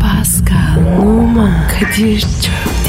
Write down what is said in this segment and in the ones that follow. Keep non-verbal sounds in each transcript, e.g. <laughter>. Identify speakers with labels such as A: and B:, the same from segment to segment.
A: Pascal, Oman, Kadir çok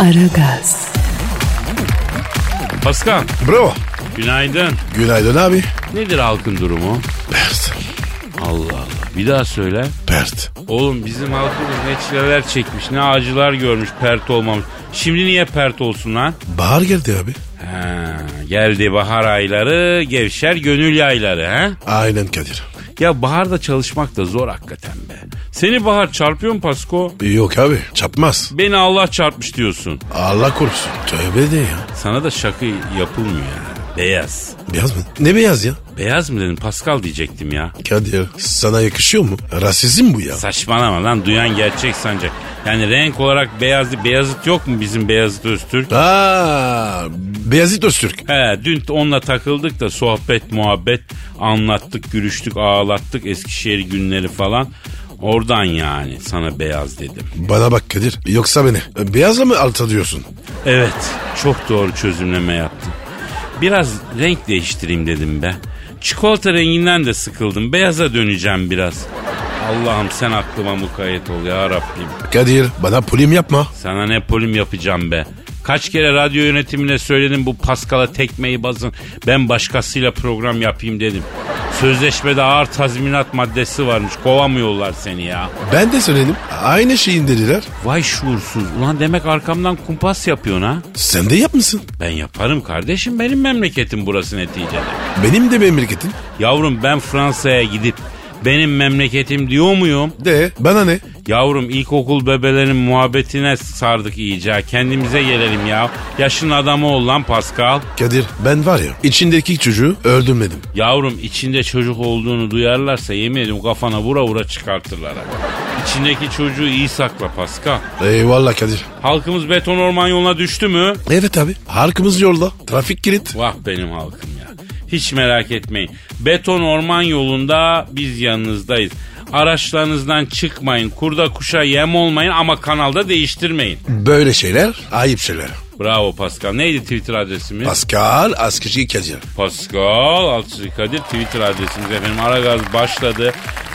A: Aragaz,
B: Paskal,
C: Bro.
B: günaydın.
C: Günaydın abi.
B: Nedir halkın durumu?
C: Pert.
B: Allah Allah. Bir daha söyle.
C: Pert.
B: Oğlum bizim halkımız ne çileler çekmiş, ne acılar görmüş, pert olmamış. Şimdi niye pert olsun lan?
C: Bahar geldi abi.
B: Ha, geldi bahar ayları, gevşer gönül yayları ha?
C: Aynen Kadir.
B: Ya baharda çalışmak da zor hakikaten be. Seni bahar çarpıyor mu Pasko?
C: Yok abi çapmaz.
B: Beni Allah çarpmış diyorsun.
C: Allah korusun. Tövbe de ya.
B: Sana da şaka yapılmıyor yani. Beyaz.
C: Beyaz mı? Ne beyaz ya?
B: Beyaz mı dedim Pascal diyecektim ya.
C: Kadir sana yakışıyor mu? Rasizm bu ya.
B: Saçmalama lan duyan gerçek sanacak. Yani renk olarak beyazlı beyazıt yok mu bizim Beyazıt Öztürk?
C: Aa, Beyazıt Öztürk.
B: He dün onunla takıldık da sohbet muhabbet anlattık gülüştük ağlattık Eskişehir günleri falan. Oradan yani sana beyaz dedim.
C: Bana bak Kadir. Yoksa beni. Beyazla mı alta diyorsun?
B: Evet çok doğru çözümleme yaptın. Biraz renk değiştireyim dedim be. Çikolata renginden de sıkıldım. Beyaza döneceğim biraz. Allah'ım sen aklıma mukayyet ol ya Rabbim.
C: Kadir bana polim yapma.
B: Sana ne polim yapacağım be. Kaç kere radyo yönetimine söyledim bu Paskal'a tekmeyi basın. Ben başkasıyla program yapayım dedim. Sözleşmede ağır tazminat maddesi varmış. Kovamıyorlar seni ya.
C: Ben de söyledim. Aynı şeyin dediler.
B: Vay şuursuz. Ulan demek arkamdan kumpas yapıyorsun ha.
C: Sen de yapmışsın.
B: Ben yaparım kardeşim. Benim memleketim burası neticede.
C: Benim de memleketin.
B: Yavrum ben Fransa'ya gidip benim memleketim diyor muyum?
C: De bana ne?
B: Yavrum ilkokul bebelerin muhabbetine sardık iyice. Kendimize gelelim ya. Yaşın adamı ol lan Pascal.
C: Kadir ben var ya içindeki çocuğu öldürmedim.
B: Yavrum içinde çocuk olduğunu duyarlarsa yemin ediyorum kafana vura vura çıkartırlar. ha. İçindeki çocuğu iyi sakla Pascal.
C: Eyvallah Kadir.
B: Halkımız beton orman yoluna düştü mü?
C: Evet abi halkımız yolda. Trafik kilit.
B: Vah benim halkım ya. Hiç merak etmeyin. Beton orman yolunda biz yanınızdayız. Araçlarınızdan çıkmayın. Kurda kuşa yem olmayın ama kanalda değiştirmeyin.
C: Böyle şeyler ayıp şeyler.
B: Bravo Pascal. Neydi Twitter adresimiz?
C: Pascal Askışi Kadir.
B: Pascal Altçı Kadir Twitter adresimiz efendim. Aragaz başladı.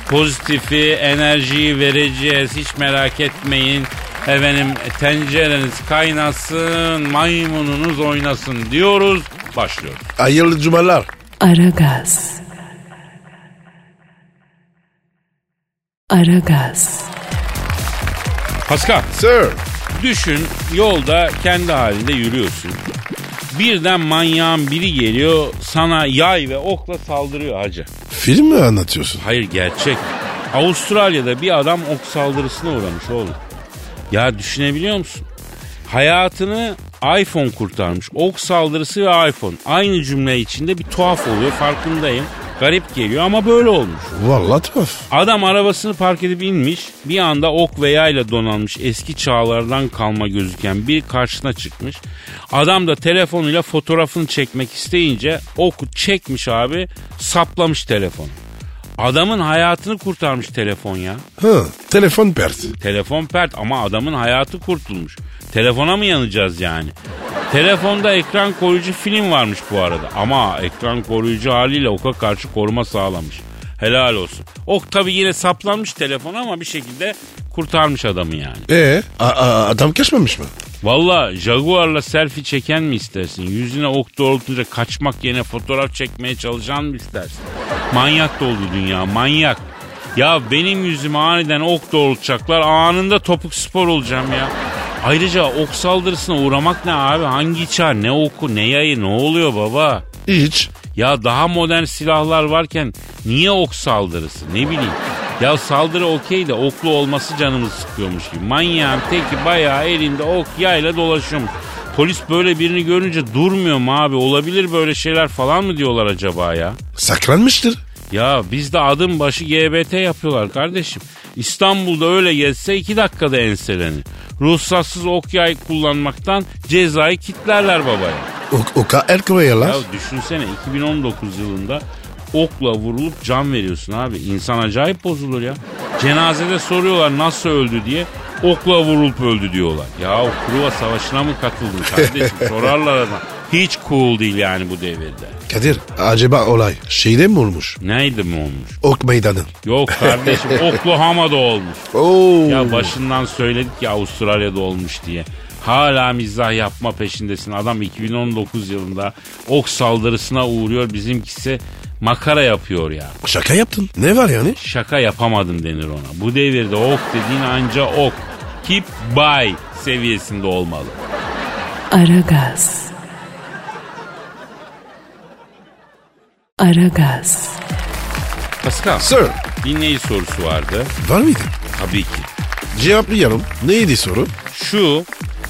B: Pozitifi, enerjiyi vereceğiz. Hiç merak etmeyin. Efendim tencereniz kaynasın, maymununuz oynasın diyoruz. Başlıyoruz.
C: Hayırlı cumalar.
A: Aragaz. Aragaz,
B: Pascal
C: Sir.
B: düşün yolda kendi halinde yürüyorsun. Birden manyağın biri geliyor sana yay ve okla saldırıyor hacı.
C: Film mi anlatıyorsun?
B: Hayır gerçek. Avustralya'da bir adam ok saldırısına uğramış oğlum. Ya düşünebiliyor musun? Hayatını iPhone kurtarmış. Ok saldırısı ve iPhone. Aynı cümle içinde bir tuhaf oluyor farkındayım. Garip geliyor ama böyle olmuş.
C: Vallahi tuhaf.
B: Adam arabasını park edip inmiş. Bir anda ok ve yayla donanmış eski çağlardan kalma gözüken bir karşısına çıkmış. Adam da telefonuyla fotoğrafını çekmek isteyince oku çekmiş abi saplamış telefon. Adamın hayatını kurtarmış telefon ya.
C: Hı, telefon pert.
B: Telefon pert ama adamın hayatı kurtulmuş. Telefona mı yanacağız yani? Telefonda ekran koruyucu film varmış bu arada. Ama ekran koruyucu haliyle oka karşı koruma sağlamış. Helal olsun. Ok tabi yine saplanmış telefona ama bir şekilde kurtarmış adamı yani.
C: E a- a- adam kaçmamış mı?
B: Valla Jaguar'la selfie çeken mi istersin? Yüzüne ok doğrultunca kaçmak yerine fotoğraf çekmeye çalışan mı istersin? Manyak doldu dünya manyak. Ya benim yüzüme aniden ok doğrultacaklar anında topuk spor olacağım ya. Ayrıca ok saldırısına uğramak ne abi? Hangi çağ ne oku ne yayı ne oluyor baba?
C: Hiç.
B: Ya daha modern silahlar varken niye ok saldırısı ne bileyim. Ya saldırı okey de oklu olması canımı sıkıyormuş gibi. Manyağın teki bayağı elinde ok yayla dolaşıyormuş. Polis böyle birini görünce durmuyor mu abi olabilir böyle şeyler falan mı diyorlar acaba ya?
C: Saklanmıştır.
B: Ya bizde adım başı GBT yapıyorlar kardeşim. İstanbul'da öyle gezse iki dakikada enselenir. Ruhsatsız ok yay kullanmaktan cezayı kitlerler babaya.
C: O, o ka erkoyalar.
B: Ya düşünsene 2019 yılında okla vurulup can veriyorsun abi. İnsan acayip bozulur ya. Cenazede soruyorlar nasıl öldü diye. Okla vurulup öldü diyorlar. Ya Truva Savaşı'na mı katıldın kardeşim? Sorarlar adam. Hiç cool değil yani bu devirde.
C: Kadir acaba olay şeyde mi olmuş?
B: Neydi mi olmuş?
C: Ok meydanı.
B: Yok kardeşim Oklahoma'da olmuş.
C: Oo.
B: Ya başından söyledik ya Avustralya'da olmuş diye. Hala mizah yapma peşindesin. Adam 2019 yılında ok saldırısına uğruyor. Bizimkisi makara yapıyor ya.
C: Şaka yaptın. Ne var yani?
B: Şaka yapamadım denir ona. Bu devirde ok dediğin anca ok. Keep by seviyesinde olmalı.
A: Aragaz. Aragaz.
B: Pascal
C: Sir.
B: dinleyici sorusu vardı.
C: Var mıydı?
B: Tabii ki.
C: Cevaplayalım. Neydi soru?
B: Şu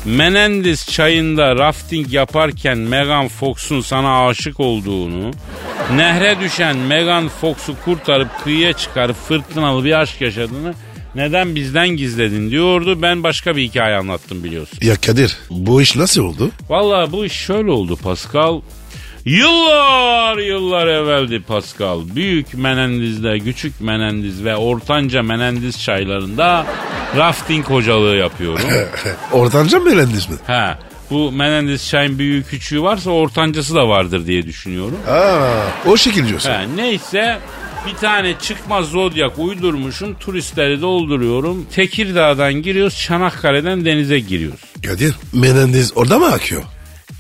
B: Menendez çayında rafting yaparken Megan Fox'un sana aşık olduğunu, nehre düşen Megan Fox'u kurtarıp kıyıya çıkarıp fırtınalı bir aşk yaşadığını neden bizden gizledin diyordu. Ben başka bir hikaye anlattım biliyorsun.
C: Ya Kadir bu iş nasıl oldu? <laughs>
B: Valla bu iş şöyle oldu Pascal. Yıllar yıllar evveldi Pascal. Büyük Menendiz'de, küçük Menendiz ve ortanca Menendiz çaylarında rafting hocalığı yapıyorum.
C: Ortanca mı öğrendiniz mi?
B: Ha. Bu Menendez çayın büyüğü küçüğü varsa ortancası da vardır diye düşünüyorum.
C: Aa, o şekil diyorsun.
B: Ha, neyse bir tane çıkmaz zodyak uydurmuşum turistleri dolduruyorum. Tekirdağ'dan giriyoruz Çanakkale'den denize giriyoruz.
C: Kadir Menendez orada mı akıyor?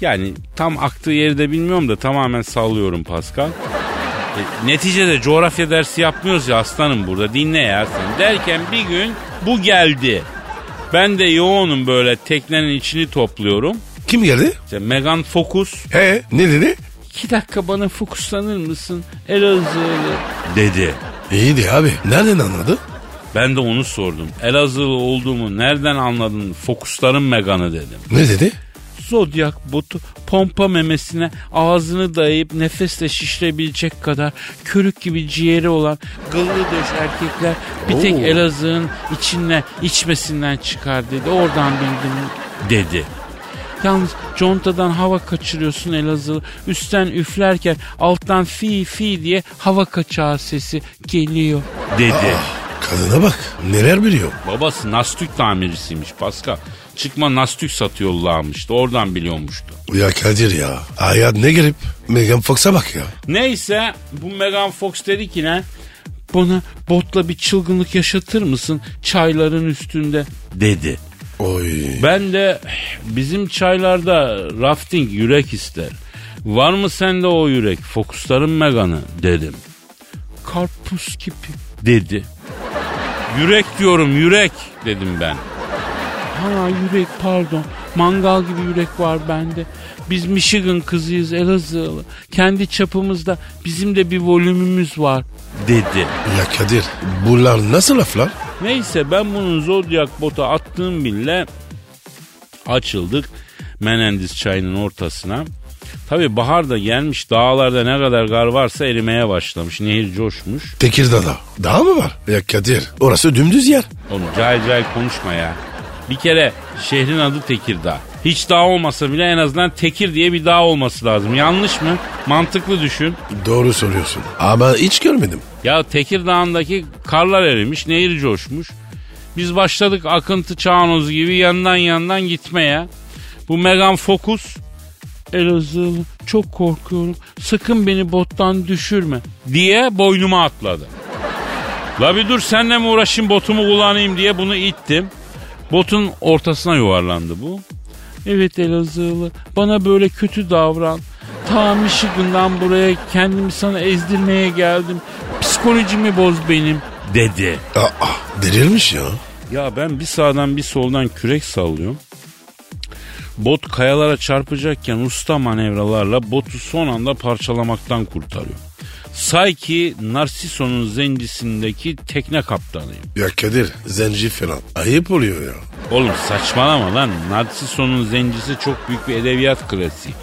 B: Yani tam aktığı yeri de bilmiyorum da tamamen sallıyorum Pascal. E, neticede coğrafya dersi yapmıyoruz ya aslanım burada dinle ya sen. Derken bir gün bu geldi. Ben de yoğunum böyle teknenin içini topluyorum.
C: Kim geldi?
B: İşte Megan Focus
C: He ne dedi?
B: İki dakika bana fokuslanır mısın Elazığlı? Dedi.
C: İyiydi abi. Nereden anladı?
B: Ben de onu sordum. Elazığlı olduğumu nereden anladın? Fokusların meganı dedim.
C: Ne dedi?
B: Zodyak botu pompa memesine ağzını dayayıp nefesle şişirebilecek kadar körük gibi ciğeri olan gıllı döş erkekler bir tek
C: Oo.
B: Elazığ'ın içinden içmesinden çıkar dedi. Oradan bildim dedi. Yalnız contadan hava kaçırıyorsun Elazığlı. Üstten üflerken alttan fi fi diye hava kaçağı sesi geliyor dedi.
C: Ah, kadına bak. Neler biliyor.
B: Babası Nastük tamircisiymiş Pascal. Çıkma Nastük satıyorlarmıştı. Oradan biliyormuştu.
C: Ya Kadir ya. Hayat ne garip. Megan Fox'a bak ya.
B: Neyse bu Megan Fox dedi ki ne? Bana botla bir çılgınlık yaşatır mısın çayların üstünde? Dedi.
C: Oy.
B: Ben de eh, bizim çaylarda rafting yürek ister. Var mı sende o yürek? Fokusların Megan'ı dedim. Karpuz gibi dedi. Yürek diyorum yürek dedim ben. Ha yürek pardon. Mangal gibi yürek var bende. Biz Michigan kızıyız Elazığlı. Kendi çapımızda bizim de bir volümümüz var dedi.
C: Ya Kadir bunlar nasıl laflar?
B: Neyse ben bunun Zodiac bota attığım bile açıldık Menendiz çayının ortasına. Tabi bahar da gelmiş dağlarda ne kadar gar varsa erimeye başlamış. Nehir coşmuş.
C: Tekirdağ'da. Daha mı var? Ya Kadir orası dümdüz yer.
B: Onu cahil cahil konuşma ya. Bir kere şehrin adı Tekirdağ. Hiç dağ olmasa bile en azından Tekir diye bir dağ olması lazım. Yanlış mı? Mantıklı düşün.
C: Doğru soruyorsun. Ama hiç görmedim.
B: Ya Tekirdağ'ındaki karlar erimiş, nehir coşmuş. Biz başladık akıntı çağanozu gibi yandan yandan gitmeye. Bu Megan Focus Elazığlı çok korkuyorum sakın beni bottan düşürme diye boynuma atladı. La bir dur senle mi uğraşayım botumu kullanayım diye bunu ittim. Botun ortasına yuvarlandı bu. Evet Elazığlı bana böyle kötü davran. Ta Michigan'dan buraya kendimi sana ezdirmeye geldim. Psikolojimi boz benim dedi.
C: Aa, delirmiş ya.
B: Ya ben bir sağdan bir soldan kürek sallıyorum. Bot kayalara çarpacakken usta manevralarla botu son anda parçalamaktan kurtarıyor. Say ki Narsiso'nun zencisindeki tekne kaptanıyım.
C: Ya Kadir zenci falan. Ayıp oluyor ya.
B: Oğlum saçmalama lan. Narsiso'nun zencisi çok büyük bir edebiyat klasiği.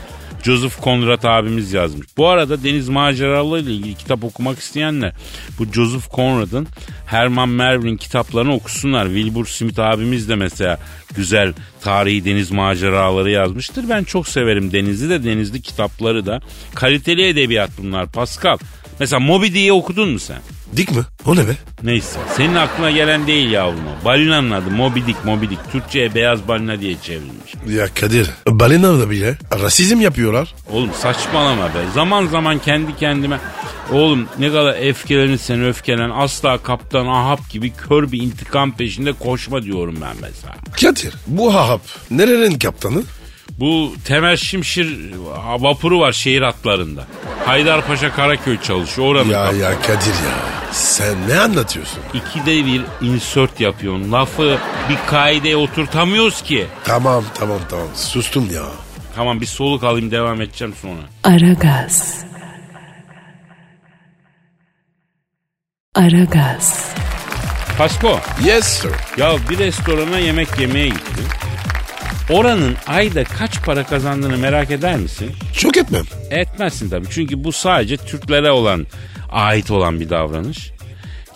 B: Joseph Conrad abimiz yazmış. Bu arada deniz maceralarıyla ilgili kitap okumak isteyenler bu Joseph Conrad'ın Herman Melville'in kitaplarını okusunlar. Wilbur Smith abimiz de mesela güzel tarihi deniz maceraları yazmıştır. Ben çok severim denizi de denizli kitapları da. Kaliteli edebiyat bunlar Pascal. Mesela Moby Dick'i okudun mu sen?
C: Dik mi? O ne be?
B: Neyse senin aklına gelen değil yavrum o. Balinanın adı Moby Dick Moby Dick. Türkçe'ye beyaz balina diye çevrilmiş.
C: Ya Kadir balina da bile rasizm yapıyorlar.
B: Oğlum saçmalama be. Zaman zaman kendi kendime oğlum ne kadar öfkelenirsen öfkelen asla kaptan Ahab gibi kör bir intikam peşinde koşma diyorum ben mesela.
C: Kadir bu hahap nerelerin kaptanı?
B: Bu Temel Şimşir vapuru var şehir hatlarında. Haydarpaşa Karaköy çalışıyor oranın
C: Ya
B: kaptanı.
C: ya Kadir ya sen ne anlatıyorsun?
B: İkide bir insert yapıyorsun. Lafı bir kaideye oturtamıyoruz ki.
C: Tamam tamam tamam sustum ya.
B: Tamam bir soluk alayım devam edeceğim sonra.
A: Aragaz. Aragaz.
B: Pasko
C: Yes sir.
B: ya bir restorana yemek yemeye gittim. Oranın ayda kaç para kazandığını merak eder misin?
C: Çok etmem.
B: Etmezsin tabii. Çünkü bu sadece Türklere olan, ait olan bir davranış.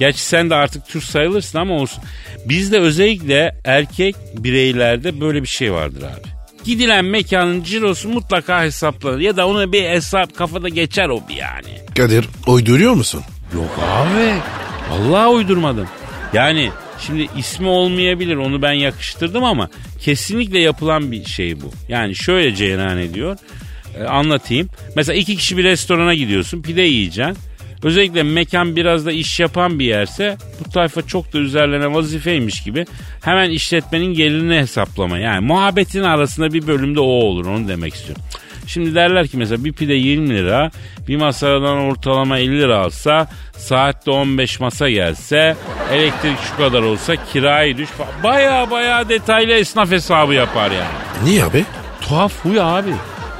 B: Gerçi sen de artık Türk sayılırsın ama olsun. Bizde özellikle erkek bireylerde böyle bir şey vardır abi. Gidilen mekanın cirosu mutlaka hesaplanır. Ya da ona bir hesap kafada geçer o bir yani.
C: Kadir uyduruyor musun?
B: Yok abi. Vallahi uydurmadım. Yani şimdi ismi olmayabilir onu ben yakıştırdım ama kesinlikle yapılan bir şey bu. Yani şöyle Ceylan ediyor. e, anlatayım. Mesela iki kişi bir restorana gidiyorsun pide yiyeceksin. Özellikle mekan biraz da iş yapan bir yerse bu tayfa çok da üzerlerine vazifeymiş gibi hemen işletmenin gelirini hesaplama. Yani muhabbetin arasında bir bölümde o olur onu demek istiyorum. Şimdi derler ki mesela bir pide 20 lira, bir masadan ortalama 50 lira alsa, saatte 15 masa gelse, elektrik şu kadar olsa, kirayı düş. fa- Baya baya detaylı esnaf hesabı yapar yani.
C: Niye abi?
B: Tuhaf huy abi.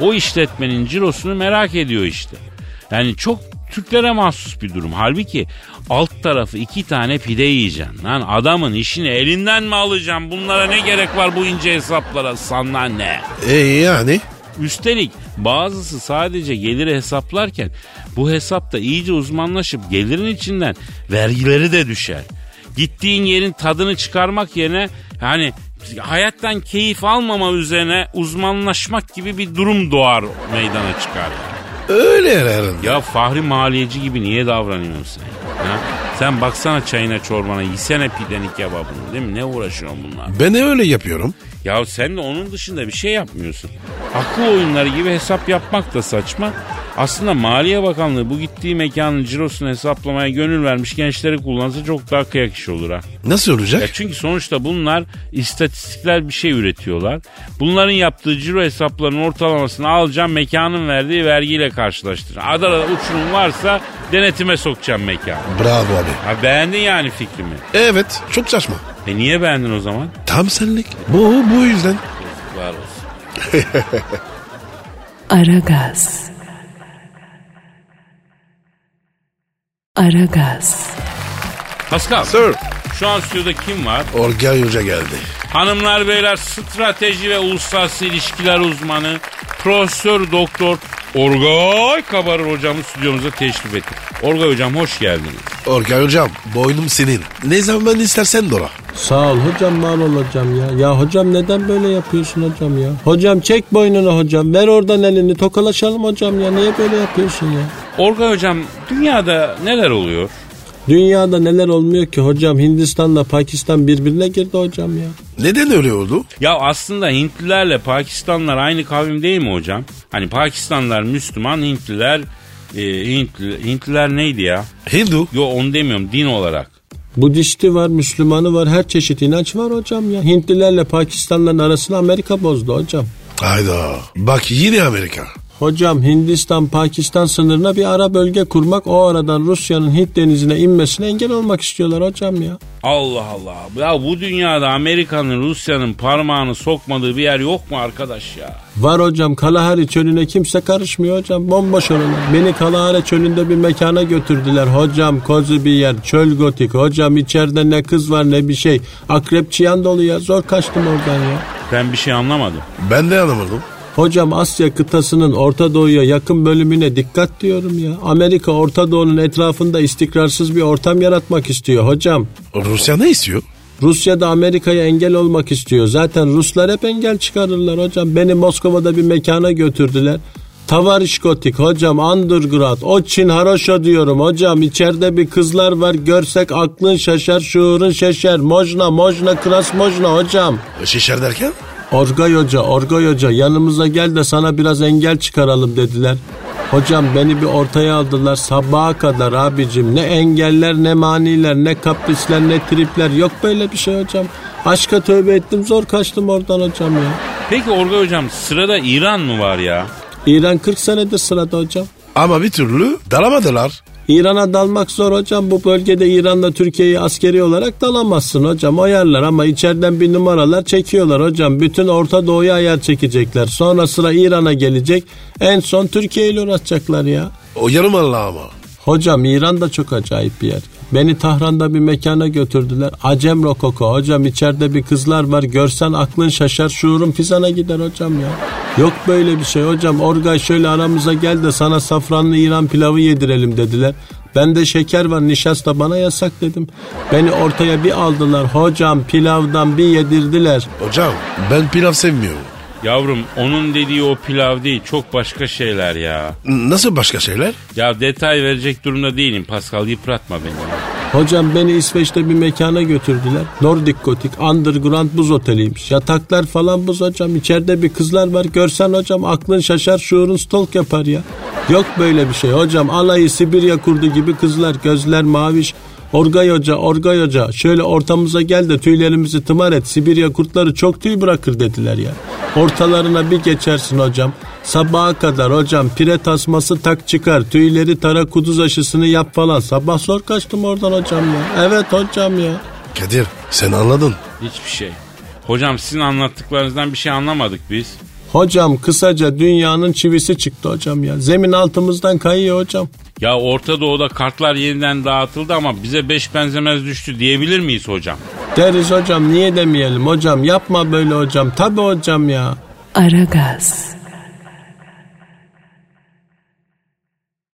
B: O işletmenin cirosunu merak ediyor işte. Yani çok Türklere mahsus bir durum. Halbuki alt tarafı iki tane pide yiyeceksin. Lan adamın işini elinden mi alacaksın? Bunlara ne gerek var bu ince hesaplara? Sana ne?
C: E yani?
B: Üstelik bazısı sadece geliri hesaplarken bu hesapta iyice uzmanlaşıp gelirin içinden vergileri de düşer. Gittiğin yerin tadını çıkarmak yerine hani hayattan keyif almama üzerine uzmanlaşmak gibi bir durum doğar meydana çıkar.
C: Öyle herhalde.
B: Ya Fahri maliyeci gibi niye davranıyorsun sen? Ha? Sen baksana çayına çorbana yesene pideni kebabını değil mi? Ne uğraşıyorsun bunlar?
C: Ben de öyle yapıyorum.
B: Ya sen de onun dışında bir şey yapmıyorsun. Akıl oyunları gibi hesap yapmak da saçma. Aslında Maliye Bakanlığı bu gittiği mekanın cirosunu hesaplamaya gönül vermiş gençleri kullansa çok daha kıyak iş olur ha.
C: Nasıl
B: Ya
C: olacak?
B: çünkü sonuçta bunlar istatistikler bir şey üretiyorlar. Bunların yaptığı ciro hesaplarının ortalamasını alacağım mekanın verdiği vergiyle karşılaştıracağım. Adana'da uçurum varsa denetime sokacağım mekanı.
C: Bravo abi.
B: Ha beğendin yani fikrimi.
C: Evet çok saçma.
B: E niye beğendin o zaman?
C: Tam senlik. Bu bu yüzden.
B: Var olsun.
A: Aragaz. Aragaz.
B: Pascal
C: Sir.
B: şu an stüdyoda kim var?
C: Orgay Hoca geldi.
B: Hanımlar beyler strateji ve uluslararası ilişkiler uzmanı Profesör Doktor Orgay Kabarır hocamı stüdyomuza teşrif ettik. Orgay hocam hoş geldiniz.
C: Orgay Hocam boynum senin. Ne zaman istersen dola.
D: Sağ ol hocam mal ol hocam ya. Ya hocam neden böyle yapıyorsun hocam ya? Hocam çek boynunu hocam. Ver oradan elini tokalaşalım hocam ya. Niye böyle yapıyorsun ya?
B: Orgay hocam dünyada neler oluyor?
D: Dünyada neler olmuyor ki hocam Hindistan'la Pakistan birbirine girdi hocam ya.
C: Neden öyle oldu?
B: Ya aslında Hintlilerle Pakistanlar aynı kavim değil mi hocam? Hani Pakistanlar Müslüman, Hintliler e, Hintli, Hintliler neydi ya?
C: Hindu.
B: Yo onu demiyorum din olarak.
D: Budisti var, Müslümanı var, her çeşit inanç var hocam ya. Hintlilerle Pakistanların arasını Amerika bozdu hocam.
C: Hayda. Bak yine Amerika.
D: Hocam Hindistan-Pakistan sınırına bir ara bölge kurmak o aradan Rusya'nın Hint denizine inmesine engel olmak istiyorlar hocam ya.
B: Allah Allah. Ya bu dünyada Amerika'nın Rusya'nın parmağını sokmadığı bir yer yok mu arkadaş ya?
D: Var hocam Kalahari çölüne kimse karışmıyor hocam. Bomboş oralar. Beni Kalahari çölünde bir mekana götürdüler. Hocam kozu bir yer. Çöl gotik. Hocam içeride ne kız var ne bir şey. Akrep çiyan dolu ya. Zor kaçtım oradan ya.
B: Ben bir şey anlamadım.
C: Ben de anlamadım.
D: Hocam Asya kıtasının Orta Doğu'ya yakın bölümüne dikkat diyorum ya. Amerika Orta Doğu'nun etrafında istikrarsız bir ortam yaratmak istiyor hocam.
C: Rusya ne istiyor?
D: Rusya da Amerika'ya engel olmak istiyor. Zaten Ruslar hep engel çıkarırlar hocam. Beni Moskova'da bir mekana götürdüler. Tavarişkotik hocam underground o Çin haroşa diyorum hocam içeride bir kızlar var görsek aklın şaşar şuurun şaşar mojna mojna kras mojna hocam.
C: Şişer derken?
D: Orgay Hoca, Orgay Hoca yanımıza gel de sana biraz engel çıkaralım dediler. Hocam beni bir ortaya aldılar sabaha kadar abicim. Ne engeller ne maniler ne kaprisler ne tripler yok böyle bir şey hocam. Aşka tövbe ettim zor kaçtım oradan hocam ya.
B: Peki Orga hocam sırada İran mı var ya?
D: İran 40 senedir sırada hocam.
C: Ama bir türlü dalamadılar.
D: İran'a dalmak zor hocam. Bu bölgede İran'la Türkiye'yi askeri olarak dalamazsın hocam. Ayarlar ama içeriden bir numaralar çekiyorlar hocam. Bütün Orta Doğu'ya ayar çekecekler. Sonra sıra İran'a gelecek. En son Türkiye ile uğraşacaklar ya.
C: O yarım Allah ama.
D: Hocam İran da çok acayip bir yer. Beni Tahran'da bir mekana götürdüler. Acem Rokoko. Hocam içeride bir kızlar var. Görsen aklın şaşar şuurun fizana gider hocam ya. Yok böyle bir şey hocam. Orgay şöyle aramıza gel de sana safranlı İran pilavı yedirelim dediler. Ben de şeker var nişasta bana yasak dedim. Beni ortaya bir aldılar hocam pilavdan bir yedirdiler.
C: Hocam ben pilav sevmiyorum.
B: Yavrum onun dediği o pilav değil çok başka şeyler ya.
C: N- Nasıl başka şeyler?
B: Ya detay verecek durumda değilim Pascal yıpratma beni.
D: Hocam beni İsveç'te bir mekana götürdüler. Nordic Gotik Underground buz oteliymiş. Yataklar falan buz hocam. İçeride bir kızlar var. Görsen hocam aklın şaşar şuurun stalk yapar ya. Yok böyle bir şey hocam. Alayı Sibirya kurdu gibi kızlar. Gözler maviş. Orgay Hoca, Orgay Hoca şöyle ortamıza gel de tüylerimizi tımar et. Sibirya kurtları çok tüy bırakır dediler ya. Ortalarına bir geçersin hocam. Sabaha kadar hocam pire tasması tak çıkar. Tüyleri tara kuduz aşısını yap falan. Sabah zor kaçtım oradan hocam ya. Evet hocam ya.
C: Kadir sen anladın.
B: Hiçbir şey. Hocam sizin anlattıklarınızdan bir şey anlamadık biz.
D: Hocam kısaca dünyanın çivisi çıktı hocam ya. Zemin altımızdan kayıyor hocam.
B: Ya Orta Doğu'da kartlar yeniden dağıtıldı ama bize beş benzemez düştü diyebilir miyiz hocam?
D: Deriz hocam niye demeyelim hocam. Yapma böyle hocam. Tabi hocam ya.
A: Aragaz.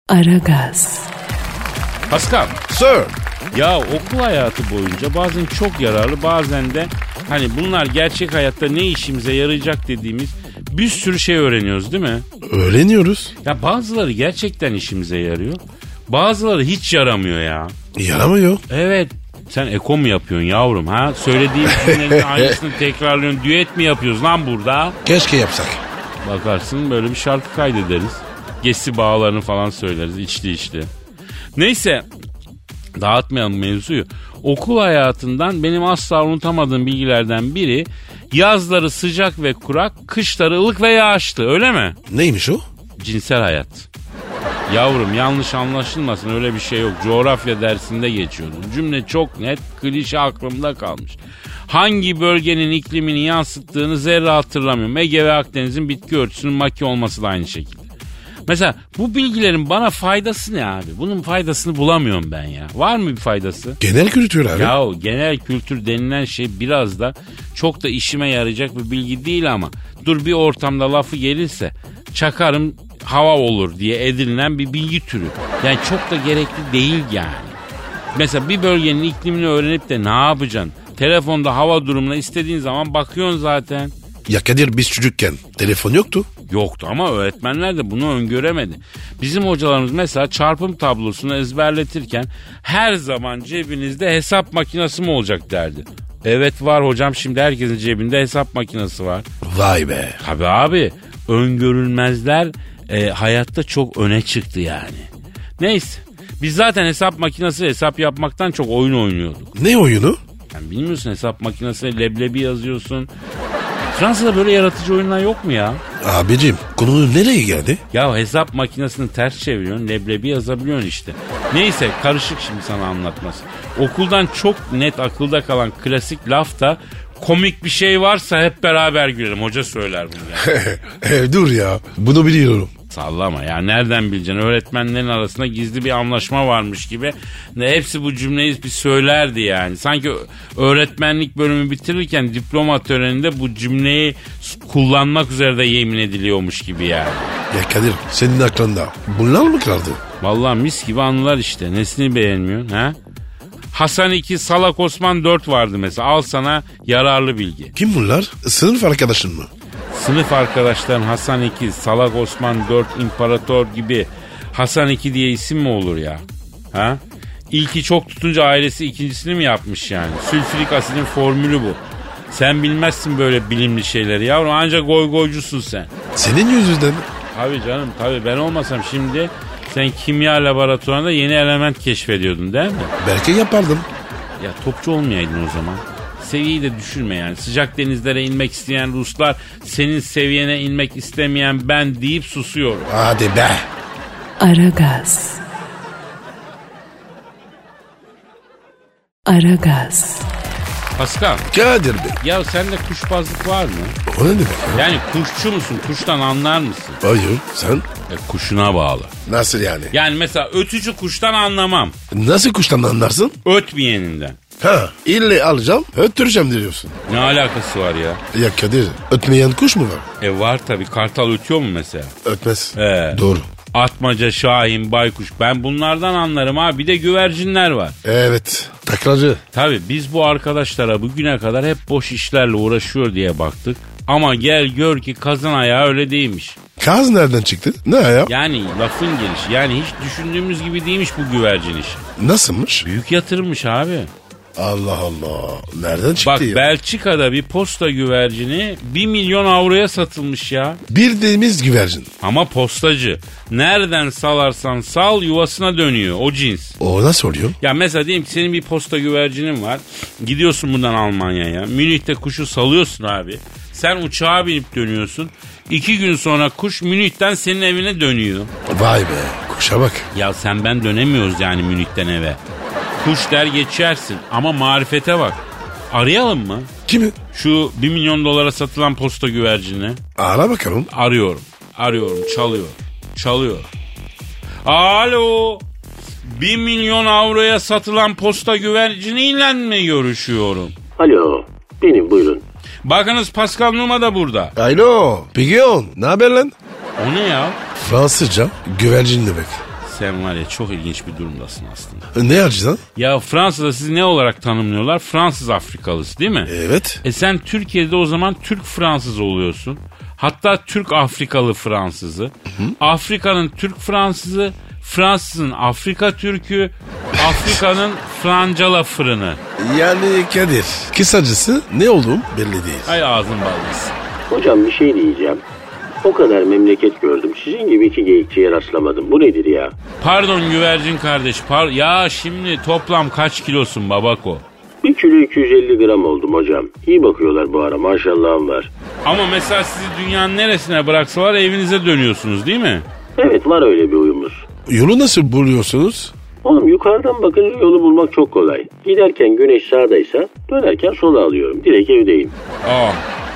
A: Aragaz.
B: Pascal
C: Sir.
B: ya okul hayatı boyunca bazen çok yararlı bazen de hani bunlar gerçek hayatta ne işimize yarayacak dediğimiz bir sürü şey öğreniyoruz değil mi?
C: Öğreniyoruz.
B: Ya bazıları gerçekten işimize yarıyor. Bazıları hiç yaramıyor ya.
C: Yaramıyor.
B: Evet. Sen eko mu yapıyorsun yavrum ha? Söylediğim cümlelerin aynısını tekrarlıyorsun. Düet mi yapıyoruz lan burada?
C: Keşke yapsak.
B: Bakarsın böyle bir şarkı kaydederiz. Geçsi bağlarını falan söyleriz içli içli. Neyse dağıtmayalım mevzuyu. Okul hayatından benim asla unutamadığım bilgilerden biri yazları sıcak ve kurak, kışları ılık ve yağışlı öyle mi?
C: Neymiş o?
B: Cinsel hayat. Yavrum yanlış anlaşılmasın öyle bir şey yok. Coğrafya dersinde geçiyordu. Cümle çok net, klişe aklımda kalmış. Hangi bölgenin iklimini yansıttığını zerre hatırlamıyorum. Ege ve Akdeniz'in bitki örtüsünün maki olması da aynı şekilde. Mesela bu bilgilerin bana faydası ne abi? Bunun faydasını bulamıyorum ben ya. Var mı bir faydası?
C: Genel kültür abi.
B: Yahu genel kültür denilen şey biraz da çok da işime yarayacak bir bilgi değil ama dur bir ortamda lafı gelirse çakarım hava olur diye edinilen bir bilgi türü. Yani çok da gerekli değil yani. Mesela bir bölgenin iklimini öğrenip de ne yapacaksın? Telefonda hava durumuna istediğin zaman bakıyorsun zaten.
C: Ya Kadir biz çocukken telefon yoktu.
B: Yoktu ama öğretmenler de bunu öngöremedi. Bizim hocalarımız mesela çarpım tablosunu ezberletirken her zaman cebinizde hesap makinesi mi olacak derdi. Evet var hocam şimdi herkesin cebinde hesap makinesi var.
C: Vay be.
B: Tabi abi öngörülmezler e, hayatta çok öne çıktı yani. Neyse biz zaten hesap makinesi hesap yapmaktan çok oyun oynuyorduk.
C: Ne oyunu?
B: Yani bilmiyorsun hesap makinesine leblebi yazıyorsun. Fransa'da böyle yaratıcı oyunlar yok mu ya?
C: Abicim konu nereye geldi? <laughs>
B: Ya hesap makinesini ters çeviriyorsun, leblebi yazabiliyorsun işte. Neyse karışık şimdi sana anlatması. Okuldan çok net akılda kalan klasik laf da komik bir şey varsa hep beraber gülelim. Hoca söyler bunu. yani.
C: Dur ya bunu biliyorum.
B: <laughs> Sallama ya nereden bileceksin öğretmenlerin arasında gizli bir anlaşma varmış gibi ne hepsi bu cümleyi bir söylerdi yani. Sanki öğretmenlik bölümü bitirirken diploma töreninde bu cümleyi s- kullanmak üzere de yemin ediliyormuş gibi yani.
C: Ya Kadir senin aklında bunlar mı kaldı?
B: Vallahi mis gibi anılar işte nesini beğenmiyorsun ha? Hasan 2, Salak Osman 4 vardı mesela. Al sana yararlı bilgi.
C: Kim bunlar? Sınıf arkadaşın mı?
B: Sınıf arkadaşlarım Hasan 2, Salak Osman 4, İmparator gibi Hasan 2 diye isim mi olur ya? Ha? İlki çok tutunca ailesi ikincisini mi yapmış yani? Sülfürik asidin formülü bu. Sen bilmezsin böyle bilimli şeyleri yavrum ancak goy goycusun sen.
C: Senin yüzünden.
B: Tabii canım tabii ben olmasam şimdi sen kimya laboratuvarında yeni element keşfediyordun değil mi?
C: Belki yapardım.
B: Ya topçu olmayaydın o zaman. Seviyeyi de düşürme yani. Sıcak denizlere inmek isteyen Ruslar senin seviyene inmek istemeyen ben deyip susuyor.
C: Hadi be.
A: Aragaz. Aragaz.
B: Pascal
C: Kadir Bey.
B: ya sende kuşbazlık var mı?
C: O ne demek ya?
B: Yani kuşçu musun? Kuştan anlar mısın?
C: Hayır sen.
B: E, kuşuna bağlı.
C: Nasıl yani?
B: Yani mesela ötücü kuştan anlamam.
C: Nasıl kuştan anlarsın?
B: Ötmeyeninden.
C: Ha. İlle alacağım öttüreceğim diyorsun.
B: Ne alakası var ya?
C: Ya Kadir ötmeyen kuş mu var?
B: E var tabii. Kartal ötüyor mu mesela?
C: Ötmez.
B: He.
C: Doğru.
B: Atmaca, Şahin, Baykuş. Ben bunlardan anlarım ha. Bir de güvercinler var.
C: Evet. Taklacı.
B: Tabii biz bu arkadaşlara bugüne kadar hep boş işlerle uğraşıyor diye baktık. Ama gel gör ki kazın ayağı öyle değilmiş.
C: Kaz nereden çıktı? Ne ya?
B: Yani lafın gelişi yani hiç düşündüğümüz gibi değilmiş bu güvercin işi.
C: Nasılmış?
B: Büyük yatırımmış abi.
C: Allah Allah. Nereden çıktı
B: Bak
C: ya?
B: Belçika'da bir posta güvercini 1 milyon avroya satılmış ya.
C: Bildiğimiz güvercin.
B: Ama postacı nereden salarsan sal yuvasına dönüyor o cins.
C: O nasıl oluyor?
B: Ya mesela diyelim ki senin bir posta güvercinin var. Gidiyorsun buradan Almanya'ya. Münih'te kuşu salıyorsun abi. Sen uçağa binip dönüyorsun. İki gün sonra kuş Münih'ten senin evine dönüyor.
C: Vay be. Kuşa bak.
B: Ya sen ben dönemiyoruz yani Münih'ten eve. Kuş der geçersin ama marifete bak. Arayalım mı?
C: Kimi?
B: Şu 1 milyon dolara satılan posta güvercini.
C: Ara bakalım.
B: Arıyorum. Arıyorum. Çalıyor. Çalıyor. Alo. 1 milyon avroya satılan posta güverciniyle mi görüşüyorum?
E: Alo, benim buyurun.
B: Bakınız Pascal Numa da burada.
C: Alo. Pigeon. Ne haber lan?
B: O ne ya?
C: Fransızca güvercin demek.
B: Sen var ya çok ilginç bir durumdasın aslında.
C: Ne açıdan?
B: Ya Fransa'da sizi ne olarak tanımlıyorlar? Fransız Afrikalısı değil mi?
C: Evet.
B: E sen Türkiye'de o zaman Türk Fransız oluyorsun. Hatta Türk Afrikalı Fransızı. Afrika'nın Türk Fransızı, Fransız'ın Afrika Türk'ü, Afrika'nın Francala fırını.
C: Yani Kadir. Kısacası ne olduğum belli değil.
B: Hay ağzın ballasın.
E: Hocam bir şey diyeceğim. O kadar memleket gördüm. Sizin gibi iki geyikçiye rastlamadım. Bu nedir ya?
B: Pardon güvercin kardeş. Par ya şimdi toplam kaç kilosun babako?
E: Bir kilo 250 gram oldum hocam. İyi bakıyorlar bu ara maşallahım var.
B: Ama mesela sizi dünyanın neresine bıraksalar evinize dönüyorsunuz değil mi?
E: Evet var öyle bir uyumuz.
C: Yolu nasıl buluyorsunuz?
E: Oğlum yukarıdan bakınca yolu bulmak çok kolay. Giderken güneş sağdaysa dönerken sola alıyorum. Direkt evdeyim.
B: Aa,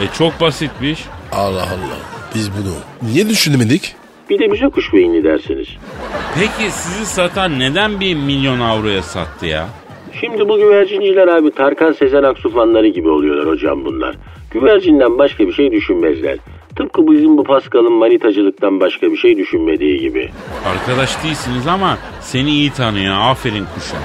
B: e çok basitmiş.
C: Allah Allah. Biz bunu niye düşünemedik?
E: Bir de bize kuş beyni dersiniz.
B: Peki sizi satan neden bir milyon avroya sattı ya?
E: Şimdi bu güvercinciler abi Tarkan Sezen Aksu fanları gibi oluyorlar hocam bunlar. Güvercinden başka bir şey düşünmezler. Tıpkı bizim bu Pascal'ın manitacılıktan başka bir şey düşünmediği gibi.
B: Arkadaş değilsiniz ama seni iyi tanıyor. Aferin kuşa.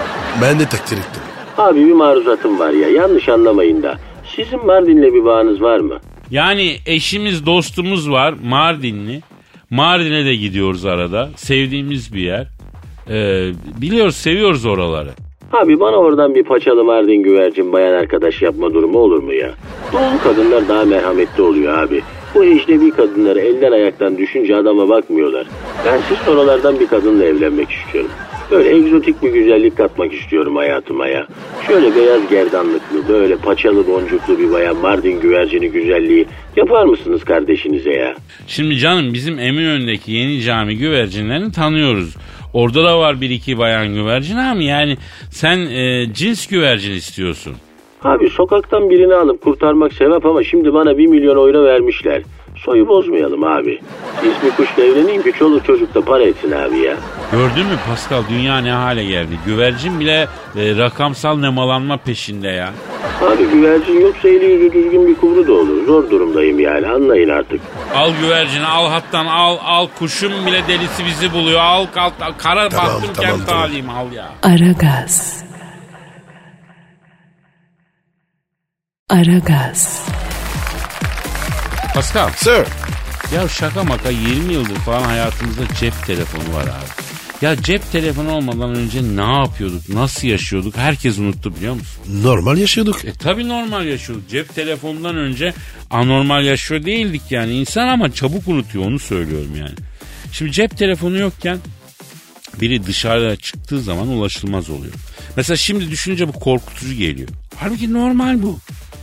C: Ben de takdir ettim.
E: Abi bir maruzatım var ya yanlış anlamayın da. Sizin Mardin'le bir bağınız var mı?
B: Yani eşimiz dostumuz var Mardinli. Mardin'e de gidiyoruz arada. Sevdiğimiz bir yer. Ee, biliyoruz seviyoruz oraları.
E: Abi bana oradan bir paçalı Mardin güvercin bayan arkadaş yapma durumu olur mu ya? Doğulu kadınlar daha merhametli oluyor abi. Bu ecnebi kadınları elden ayaktan düşünce adama bakmıyorlar. Ben siz oralardan bir kadınla evlenmek istiyorum. Böyle egzotik bir güzellik katmak istiyorum hayatıma ya. Şöyle beyaz gerdanlıklı, böyle paçalı boncuklu bir bayan Mardin güvercini güzelliği yapar mısınız kardeşinize ya?
B: Şimdi canım bizim Eminönü'ndeki yeni cami güvercinlerini tanıyoruz. Orada da var bir iki bayan güvercin ama yani sen e, cins güvercin istiyorsun.
E: Abi sokaktan birini alıp kurtarmak sevap ama şimdi bana 1 milyon euro vermişler. Soyu bozmayalım abi. İsmi kuşla evleneyim ki çoluk çocuk da para etsin abi ya.
B: Gördün mü Pascal dünya ne hale geldi. Güvercin bile e, rakamsal nemalanma peşinde ya.
E: Abi güvercin yoksa eli yüzü düzgün bir kumru da olur. Zor durumdayım yani anlayın artık.
B: Al güvercini al hattan al al kuşun bile delisi bizi buluyor. Al kal, kara
C: Tamam,
B: baktım
C: tamam,
B: kent
C: tamam.
B: alayım al ya.
A: Aragaz. Aragaz.
B: Pascal
C: Sir.
B: ya şaka maka 20 yıldır falan hayatımızda cep telefonu var abi. Ya cep telefonu olmadan önce ne yapıyorduk, nasıl yaşıyorduk herkes unuttu biliyor musun?
C: Normal yaşıyorduk.
B: E tabi normal yaşıyorduk. Cep telefonundan önce anormal yaşıyor değildik yani. İnsan ama çabuk unutuyor onu söylüyorum yani. Şimdi cep telefonu yokken biri dışarıya çıktığı zaman ulaşılmaz oluyor. Mesela şimdi düşününce bu korkutucu geliyor. Halbuki normal bu.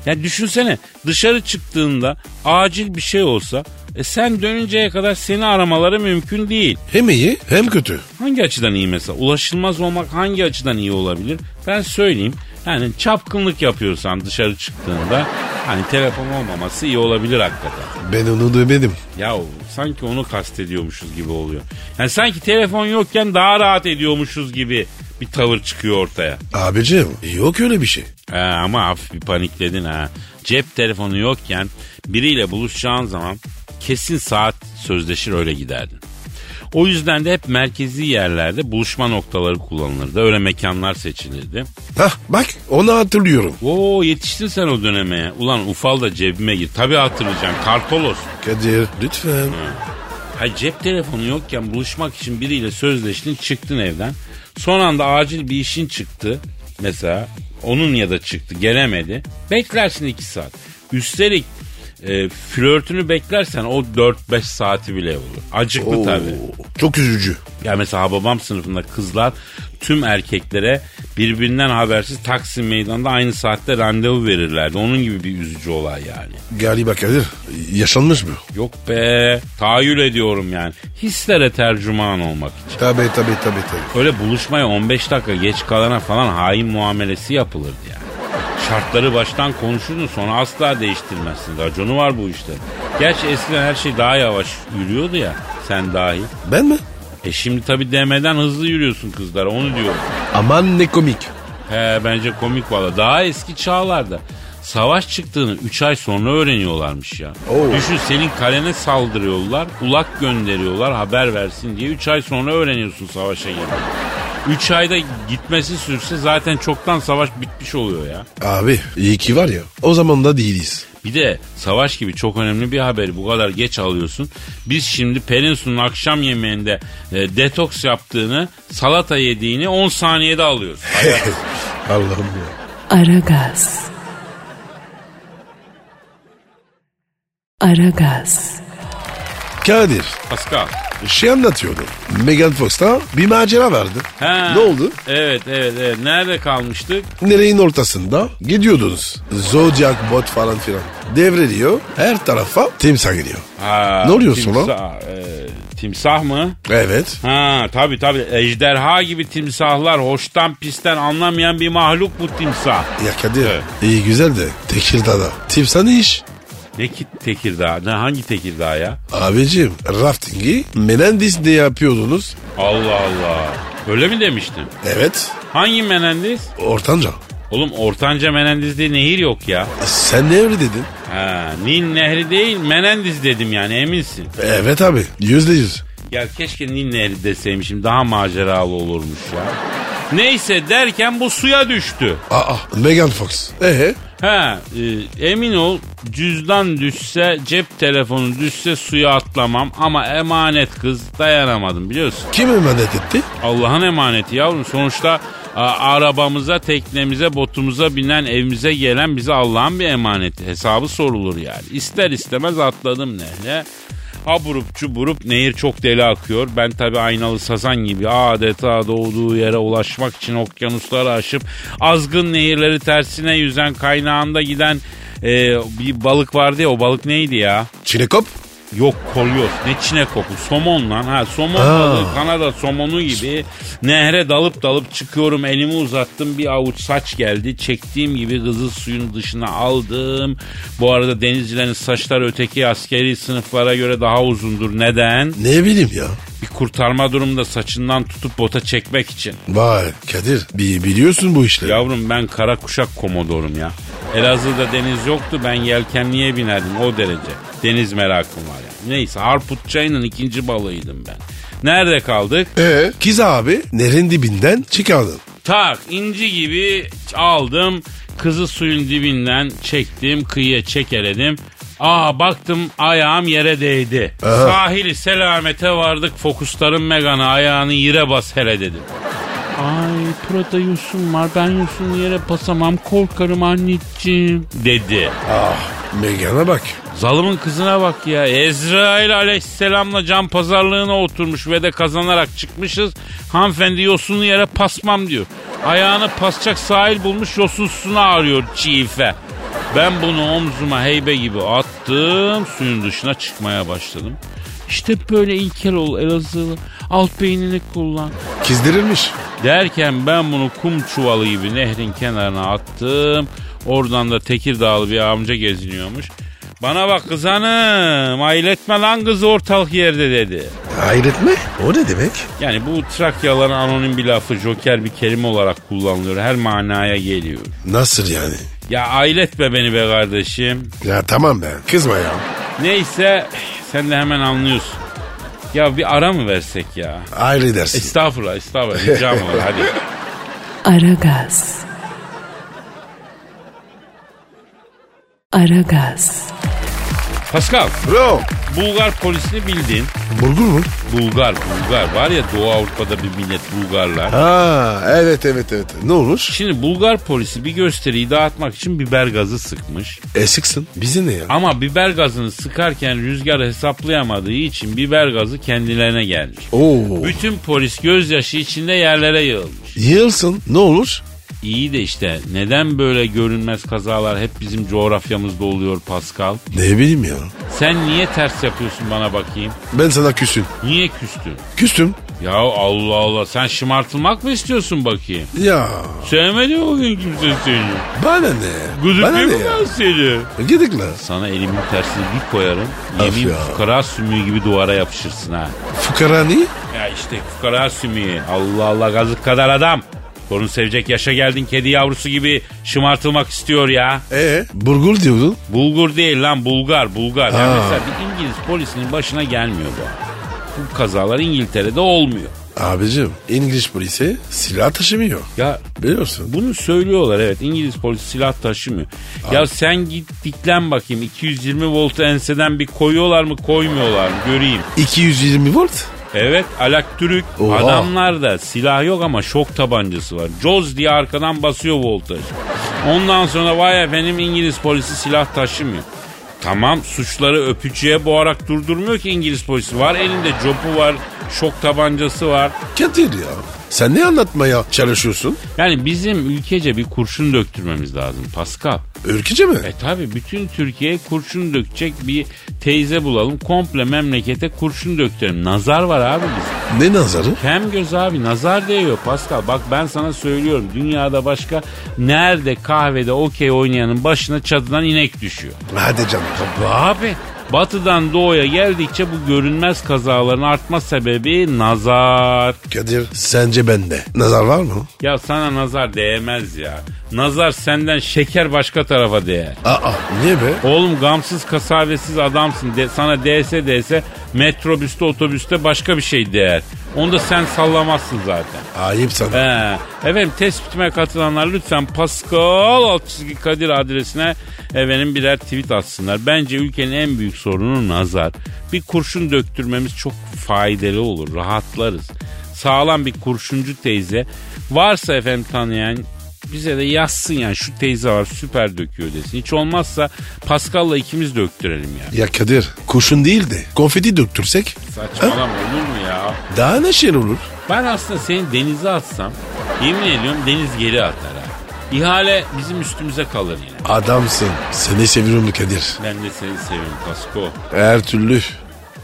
B: Yani düşünsene dışarı çıktığında acil bir şey olsa e sen dönünceye kadar seni aramaları mümkün değil.
C: Hem iyi hem kötü.
B: Hangi açıdan iyi mesela? Ulaşılmaz olmak hangi açıdan iyi olabilir? Ben söyleyeyim. Yani çapkınlık yapıyorsan dışarı çıktığında hani telefon olmaması iyi olabilir hakikaten.
C: Ben onu duymadım.
B: Ya sanki onu kastediyormuşuz gibi oluyor. Yani sanki telefon yokken daha rahat ediyormuşuz gibi bir tavır çıkıyor ortaya.
C: Abicim yok öyle bir şey.
B: He, ama hafif bir panikledin ha. Cep telefonu yokken biriyle buluşacağın zaman kesin saat sözleşir öyle giderdin. O yüzden de hep merkezi yerlerde buluşma noktaları kullanılırdı. Öyle mekanlar seçilirdi.
C: Hah bak onu hatırlıyorum.
B: Oo yetiştin sen o döneme. Ulan ufal da cebime gir. Tabii hatırlayacaksın. Kartolos.
C: Kadir lütfen.
B: Ha cep telefonu yokken buluşmak için biriyle sözleştin çıktın evden. Son anda acil bir işin çıktı. Mesela onun ya da çıktı gelemedi. Beklersin iki saat. Üstelik e, flörtünü beklersen o 4-5 saati bile olur. Acıklı
C: Oo,
B: tabii.
C: Çok üzücü.
B: Ya mesela Hababam sınıfında kızlar tüm erkeklere birbirinden habersiz Taksim Meydanı'nda aynı saatte randevu verirlerdi. Onun gibi bir üzücü olay yani.
C: Galiba Kadir yaşanmış mı?
B: Yok be tahayyül ediyorum yani. Hislere tercüman olmak için.
C: Tabi tabi tabi tabi.
B: Öyle buluşmaya 15 dakika geç kalana falan hain muamelesi yapılırdı yani. Şartları baştan konuşurdun sonra asla değiştirmezsin. Raconu var bu işte. Gerçi eskiden her şey daha yavaş yürüyordu ya sen dahil.
C: Ben mi?
B: E şimdi tabii demeden hızlı yürüyorsun kızlara onu diyorum.
C: Aman ne komik.
B: He bence komik valla. Daha eski çağlarda savaş çıktığını 3 ay sonra öğreniyorlarmış ya.
C: Oo.
B: Düşün senin kalene saldırıyorlar, ulak gönderiyorlar haber versin diye 3 ay sonra öğreniyorsun savaşa girdiğini. 3 ayda gitmesi sürse zaten çoktan savaş bitmiş oluyor ya.
C: Abi iyi ki var ya o zaman da değiliz.
B: Bir de savaş gibi çok önemli bir haberi bu kadar geç alıyorsun. Biz şimdi Pelinsu'nun akşam yemeğinde e, detoks yaptığını, salata yediğini 10 saniyede alıyoruz. <laughs>
C: Allah'ım ya.
A: Aragaz. Aragaz.
C: Kadir
B: Pascal.
C: şey anlatıyordu. Megan Fox'ta bir macera vardı.
B: Ha.
C: Ne oldu?
B: Evet evet evet. Nerede kalmıştık?
C: Nereyin ortasında gidiyordunuz. Zodiac bot falan filan. Devrediyor. Her tarafa timsah gidiyor.
B: Ha,
C: Ne oluyor sonra?
B: timsah, e, timsah mı?
C: Evet.
B: Ha tabi tabi ejderha gibi timsahlar hoştan pisten anlamayan bir mahluk bu timsah.
C: Ya Kadir
B: Evet.
C: iyi güzel de Tekirdağ'da timsah ne iş?
B: Ne ki Tekirdağ? Ne hangi Tekirdağ ya?
C: Abicim raftingi Menendis'de yapıyordunuz.
B: Allah Allah. Öyle mi demiştin?
C: Evet.
B: Hangi Menendiz?
C: Ortanca.
B: Oğlum Ortanca Menendiz diye nehir yok ya.
C: Sen ne öyle dedin?
B: Ha, Nil Nehri değil Menendiz dedim yani eminsin.
C: Evet abi yüzde yüz.
B: Ya keşke Nil Nehri deseymişim daha maceralı olurmuş ya. Neyse derken bu suya düştü.
C: Aa Megan Fox. Ee
B: Ha e, emin ol cüzdan düşse cep telefonu düşse suya atlamam ama emanet kız dayanamadım biliyorsun.
C: kim emanet etti?
B: Allah'ın emaneti yavrum sonuçta a, arabamıza teknemize botumuza binen evimize gelen bize Allah'ın bir emaneti hesabı sorulur yani. İster istemez atladım nehre. Aburup cuburup nehir çok deli akıyor. Ben tabi aynalı sazan gibi adeta doğduğu yere ulaşmak için okyanusları aşıp azgın nehirleri tersine yüzen kaynağında giden e, bir balık vardı ya o balık neydi ya?
C: Çilekop.
B: Yok kolyoz ne çine koku somon lan ha somon balığı Kanada somonu gibi nehre dalıp dalıp çıkıyorum elimi uzattım bir avuç saç geldi çektiğim gibi kızıl suyun dışına aldım. Bu arada denizcilerin saçları öteki askeri sınıflara göre daha uzundur neden?
C: Ne bileyim ya.
B: Bir kurtarma durumunda saçından tutup bota çekmek için.
C: Vay Kadir bi- biliyorsun bu işleri.
B: Yavrum ben kara kuşak komodorum ya. Elazığ'da deniz yoktu ben yelkenliğe binerdim o derece. Deniz merakım var ya. Neyse Harput Çayı'nın ikinci balığıydım ben. Nerede kaldık?
C: Ee, kız abi nerin dibinden çıkardın.
B: Tak inci gibi aldım. Kızı suyun dibinden çektim. Kıyıya çekeledim. Aa baktım ayağım yere değdi. Sahili selamete vardık. Fokusların Megan'a ayağını yere bas hele dedim. Ay burada yosun var ben yosunu yere basamam korkarım anneciğim dedi.
C: Ah Megan'a bak.
B: Zalımın kızına bak ya. Ezrail aleyhisselamla can pazarlığına oturmuş ve de kazanarak çıkmışız. Hanımefendi yosunu yere pasmam diyor. Ayağını pasacak sahil bulmuş yosunsuzunu ağrıyor çiğife. Ben bunu omzuma heybe gibi attım. Suyun dışına çıkmaya başladım. İşte böyle ilkel ol Elazığlı. Alt beynini kullan.
C: Kizdirilmiş.
B: Derken ben bunu kum çuvalı gibi nehrin kenarına attım. Oradan da Tekirdağlı bir amca geziniyormuş. Bana bak kız hanım ayletme lan kızı ortalık yerde dedi.
C: Hayret mi? O ne demek?
B: Yani bu Trakyaların anonim bir lafı joker bir kelime olarak kullanılıyor. Her manaya geliyor.
C: Nasıl yani?
B: Ya ayletme beni be kardeşim.
C: Ya tamam be kızma ya.
B: Neyse sen de hemen anlıyorsun. Ya bir ara mı versek ya?
C: Ayrı dersin.
B: Estağfurullah estağfurullah ricam var hadi.
A: Aragaz. Aragaz.
B: Pascal
C: Bro.
B: Bulgar polisini bildin.
C: Bulgur mu?
B: Bulgar, Bulgar var ya Doğu Avrupa'da bir millet Bulgarlar.
C: Ha evet evet evet. Ne olur?
B: Şimdi Bulgar polisi bir gösteriyi dağıtmak için biber gazı sıkmış.
C: Esiksin. Bizi ne ya?
B: Ama biber gazını sıkarken rüzgar hesaplayamadığı için biber gazı kendilerine gelmiş.
C: Oo.
B: Bütün polis gözyaşı içinde yerlere yığılmış.
C: Yığılsın ne olur?
B: İyi de işte neden böyle görünmez kazalar hep bizim coğrafyamızda oluyor Pascal?
C: Ne bileyim ya.
B: Sen niye ters yapıyorsun bana bakayım?
C: Ben sana küsüm.
B: Niye küstün?
C: Küstüm.
B: Ya Allah Allah sen şımartılmak mı istiyorsun bakayım?
C: Ya
B: Sevmedi o gün kimse seni.
C: bana ne? bana
B: Gözüküyor
C: ne
B: mu
C: ya?
B: lan seni?
C: Gidik lan.
B: Sana elimin tersini bir koyarım.
C: Of
B: Yemin
C: ya.
B: fukara sümüğü gibi duvara yapışırsın ha.
C: Fukara ne?
B: Ya işte fukara sümüğü. Allah Allah gazık kadar adam. Torun sevecek yaşa geldin kedi yavrusu gibi şımartılmak istiyor ya.
C: Ee, burgul diyordun.
B: Bulgur değil lan Bulgar Bulgar. Ya
C: Ha.
B: mesela bir İngiliz polisinin başına gelmiyor bu. Bu kazalar İngiltere'de olmuyor.
C: Abicim İngiliz polisi silah taşımıyor.
B: Ya
C: Biliyorsun.
B: Bunu söylüyorlar evet. İngiliz polisi silah taşımıyor. Ya sen git diklen bakayım. 220 voltu enseden bir koyuyorlar mı koymuyorlar mı göreyim.
C: 220 volt.
B: Evet alaktürük.
C: Oha.
B: Adamlarda silah yok ama şok tabancası var. Joz diye arkadan basıyor voltajı. Ondan sonra vay efendim İngiliz polisi silah taşımıyor. Tamam suçları öpücüye boğarak durdurmuyor ki İngiliz polisi. Var elinde copu var, şok tabancası var.
C: Kadir ya. Sen ne anlatmaya çalışıyorsun?
B: Yani bizim ülkece bir kurşun döktürmemiz lazım Pascal.
C: Ürkücü mü?
B: E tabi bütün Türkiye'ye kurşun dökecek bir teyze bulalım. Komple memlekete kurşun döktürelim. Nazar var abi bizim.
C: Ne nazarı?
B: Kem göz abi nazar değiyor Pascal. Bak ben sana söylüyorum. Dünyada başka nerede kahvede okey oynayanın başına çatıdan inek düşüyor.
C: Hadi canım.
B: Bu Abi batıdan doğuya geldikçe bu görünmez kazaların artma sebebi nazar.
C: Kadir sence bende nazar var mı?
B: Ya sana nazar değmez ya. Nazar senden şeker başka tarafa değer.
C: Aa niye be?
B: Oğlum gamsız kasavesiz adamsın. De, sana değse değse metrobüste otobüste başka bir şey değer. Onu da sen sallamazsın zaten.
C: Ayıp sana.
B: He. Efendim tespitime katılanlar lütfen Pascal Altçizgi Kadir adresine efendim birer tweet atsınlar. Bence ülkenin en büyük sorunu nazar. Bir kurşun döktürmemiz çok faydalı olur. Rahatlarız. Sağlam bir kurşuncu teyze varsa efendim tanıyan bize de yazsın yani şu teyze var süper döküyor desin. Hiç olmazsa Pascal'la ikimiz döktürelim ya.
C: Ya Kadir kurşun değil de konfeti döktürsek
B: Saçmalama olur mu ya?
C: daha ne şey olur?
B: Ben aslında seni denize atsam yemin ediyorum deniz geri atar ha. İhale bizim üstümüze kalır yine.
C: Adamsın. Seni seviyorum Kadir.
B: Ben de seni seviyorum Pasko.
C: Her türlü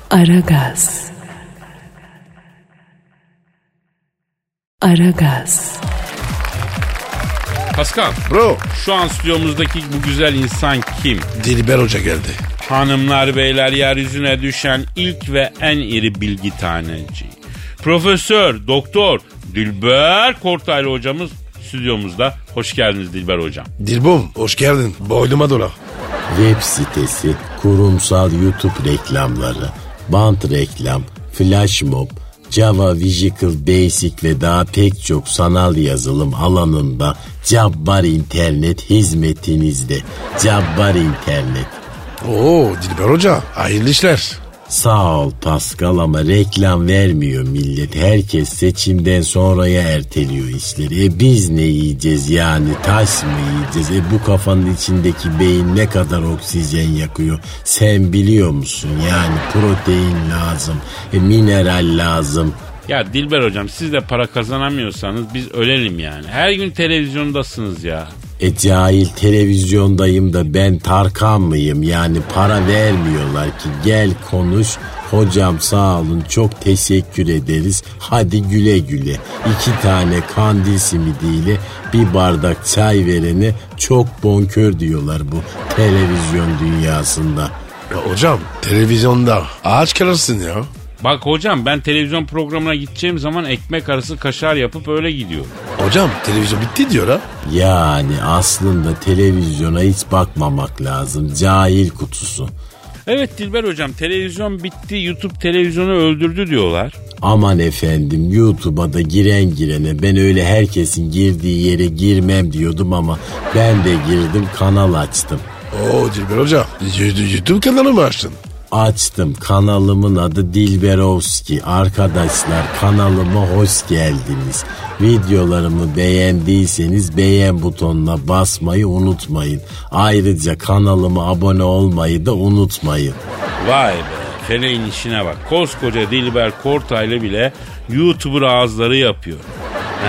A: Aragaz. Aragaz.
B: Pascal
C: Bro
B: şu an stüdyomuzdaki bu güzel insan kim?
C: Dilber Hoca geldi.
B: Hanımlar beyler yeryüzüne düşen ilk ve en iri bilgi taneci. Profesör, doktor Dilber Kortaylı hocamız stüdyomuzda. Hoş geldiniz Dilber hocam.
C: Dilbom hoş geldin. Boynuma dola.
F: Web sitesi, kurumsal YouTube reklamları, bant reklam, flash mob, Java, Visual Basic ve daha pek çok sanal yazılım alanında Cabbar İnternet hizmetinizde. Cabbar İnternet.
C: Oo Dilber Hoca hayırlı işler.
F: Sağ ol Pascal ama reklam vermiyor millet. Herkes seçimden sonraya erteliyor işleri. E biz ne yiyeceğiz yani taş mı yiyeceğiz? E bu kafanın içindeki beyin ne kadar oksijen yakıyor? Sen biliyor musun yani protein lazım, e mineral lazım.
B: Ya Dilber hocam siz de para kazanamıyorsanız biz ölelim yani. Her gün televizyondasınız ya.
F: E cahil televizyondayım da ben Tarkan mıyım? Yani para vermiyorlar ki gel konuş. Hocam sağ olun çok teşekkür ederiz. Hadi güle güle. İki tane kandil simidiyle bir bardak çay verene çok bonkör diyorlar bu televizyon dünyasında.
C: Ya hocam televizyonda ağaç kırarsın ya.
B: Bak hocam ben televizyon programına gideceğim zaman ekmek arası kaşar yapıp öyle gidiyorum.
C: Hocam televizyon bitti diyor ha.
F: Yani aslında televizyona hiç bakmamak lazım. Cahil kutusu.
B: Evet Dilber hocam televizyon bitti YouTube televizyonu öldürdü diyorlar.
F: Aman efendim YouTube'a da giren girene ben öyle herkesin girdiği yere girmem diyordum ama ben de girdim kanal açtım.
C: Oo Dilber Hoca Y- YouTube kanalı mı açtın?
F: Açtım kanalımın adı Dilberovski. Arkadaşlar kanalıma hoş geldiniz. Videolarımı beğendiyseniz beğen butonuna basmayı unutmayın. Ayrıca kanalıma abone olmayı da unutmayın.
B: Vay be feleğin işine bak. Koskoca Dilber Kortaylı bile YouTuber ağızları yapıyor.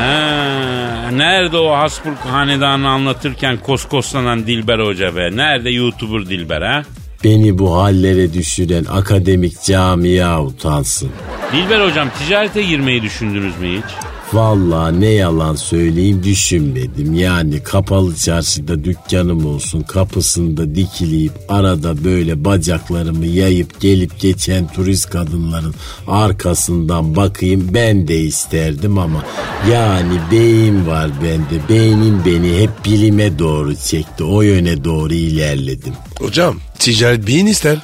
B: Ha, nerede o Hasburg hanedanını anlatırken koskoslanan Dilber Hoca be? Nerede YouTuber Dilber ha?
F: Beni bu hallere düşüren akademik camia utansın.
B: Dilber hocam ticarete girmeyi düşündünüz mü hiç?
F: Vallahi ne yalan söyleyeyim düşünmedim. Yani kapalı çarşıda dükkanım olsun kapısında dikileyip arada böyle bacaklarımı yayıp gelip geçen turist kadınların arkasından bakayım ben de isterdim ama yani beyin var bende. Beynim beni hep bilime doğru çekti. O yöne doğru ilerledim.
C: Hocam ticaret beyin ister.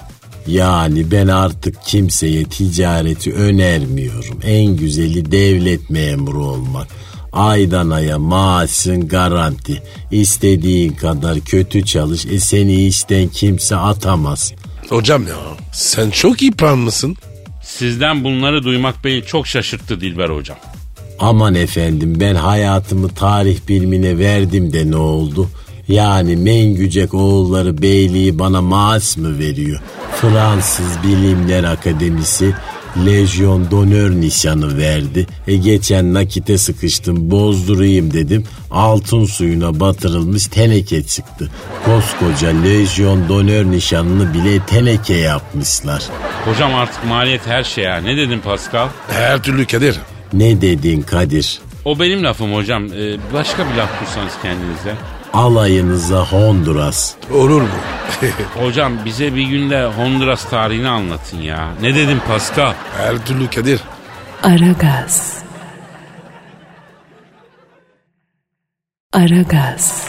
F: Yani ben artık kimseye ticareti önermiyorum. En güzeli devlet memuru olmak. Aydan aya maaşın garanti. İstediğin kadar kötü çalış. E seni işten kimse atamaz.
C: Hocam ya sen çok iyi plan mısın?
B: Sizden bunları duymak beni çok şaşırttı Dilber hocam.
F: Aman efendim ben hayatımı tarih bilimine verdim de ne oldu? Yani Mengücek oğulları beyliği bana maaş mı veriyor? Fransız Bilimler Akademisi Lejyon Donör nişanı verdi. E geçen nakite sıkıştım bozdurayım dedim. Altın suyuna batırılmış teneke çıktı. Koskoca Lejyon Donör nişanını bile teneke yapmışlar.
B: Hocam artık maliyet her şey ya. Ne dedin Pascal?
C: Her türlü Kadir.
F: Ne dedin Kadir?
B: O benim lafım hocam. Ee, başka bir laf kursanız kendinize.
F: Alayınıza Honduras.
C: Olur mu? <laughs>
B: Hocam bize bir günde Honduras tarihini anlatın ya. Ne dedin Pascal?
C: Her türlü Kadir.
A: Aragaz. Aragaz.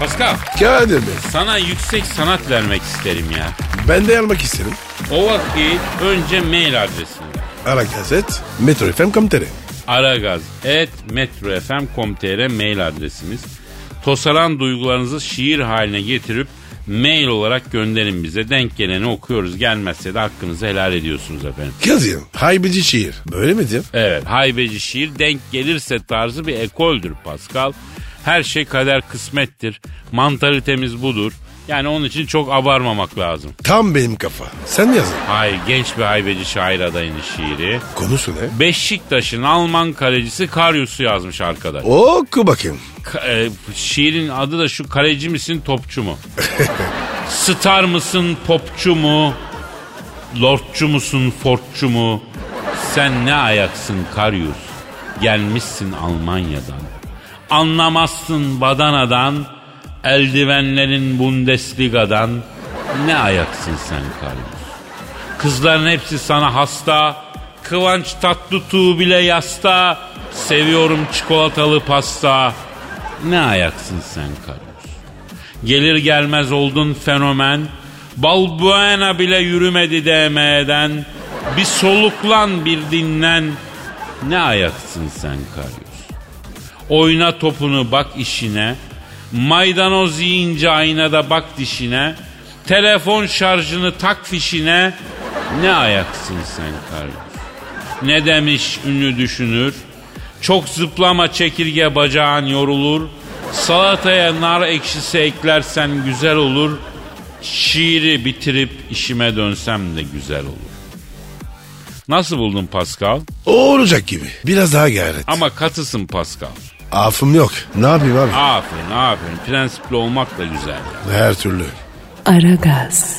B: Pascal
C: Kadir Bey
B: sana yüksek sanat vermek isterim ya.
C: ben de almak isterim.
B: O vakit önce mail adresini.
C: Ara gazet Metro FM Kamtere.
B: aragaz.metrofm.com.tr mail adresimiz. Tosaran duygularınızı şiir haline getirip mail olarak gönderin bize. Denk geleni okuyoruz. Gelmezse de hakkınızı helal ediyorsunuz efendim.
C: Kazıyor. Haybeci şiir. Böyle mi diyor?
B: Evet haybeci şiir denk gelirse tarzı bir ekoldür Pascal. Her şey kader kısmettir. Mantalitemiz budur. Yani onun için çok abarmamak lazım.
C: Tam benim kafa. Sen yazın.
B: Hayır genç bir haybeci şair adayının şiiri.
C: Konusu ne?
B: Beşiktaş'ın Alman kalecisi Karyus'u yazmış arkadaş.
C: Oku bakayım.
B: Ka- e, şiirin adı da şu kaleci misin topçu mu? Star mısın popçu mu? Lordçu musun, fortçu mu? Sen ne ayaksın karyus? Gelmişsin Almanya'dan. Anlamazsın badanadan, eldivenlerin Bundesliga'dan. Ne ayaksın sen karyus? Kızların hepsi sana hasta. Kıvanç tatlı tuğ bile yasta. Seviyorum çikolatalı pasta. Ne ayaksın sen karyus? Gelir gelmez oldun fenomen. Balbuena bile yürümedi DM'den. Bir soluklan bir dinlen. Ne ayaksın sen Karyus? Oyna topunu bak işine. Maydanoz yiyince aynada bak dişine. Telefon şarjını tak fişine. Ne ayaksın sen Karyus? Ne demiş ünlü düşünür? Çok zıplama çekirge bacağın yorulur. Salataya nar ekşisi eklersen güzel olur. Şiiri bitirip işime dönsem de güzel olur. Nasıl buldun Pascal?
C: O olacak gibi. Biraz daha gayret.
B: Ama katısın Pascal.
C: Afım yok. Ne yapayım abi?
B: Aferin aferin. Prensipli olmak da güzel. ya.
C: Her türlü.
A: Aragaz.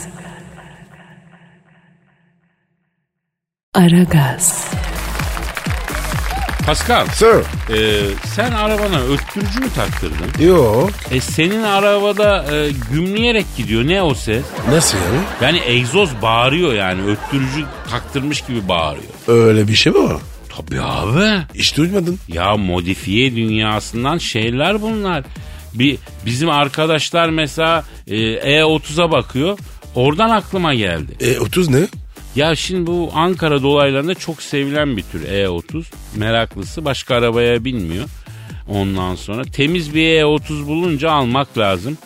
A: Aragaz.
B: Pascal
C: Sir.
B: e, sen arabana öttürücü mü taktırdın?
C: Yok.
B: E senin arabada e, gümleyerek gidiyor. Ne o ses?
C: Nasıl yani?
B: Yani egzoz bağırıyor yani. Öttürücü taktırmış gibi bağırıyor.
C: Öyle bir şey mi var?
B: Tabii abi.
C: Hiç duymadın.
B: Ya modifiye dünyasından şeyler bunlar. Bir bizim arkadaşlar mesela e, E30'a bakıyor. Oradan aklıma geldi.
C: E 30 ne?
B: Ya şimdi bu Ankara dolaylarında çok sevilen bir tür E30. Meraklısı başka arabaya binmiyor. Ondan sonra temiz bir E30 bulunca almak lazım.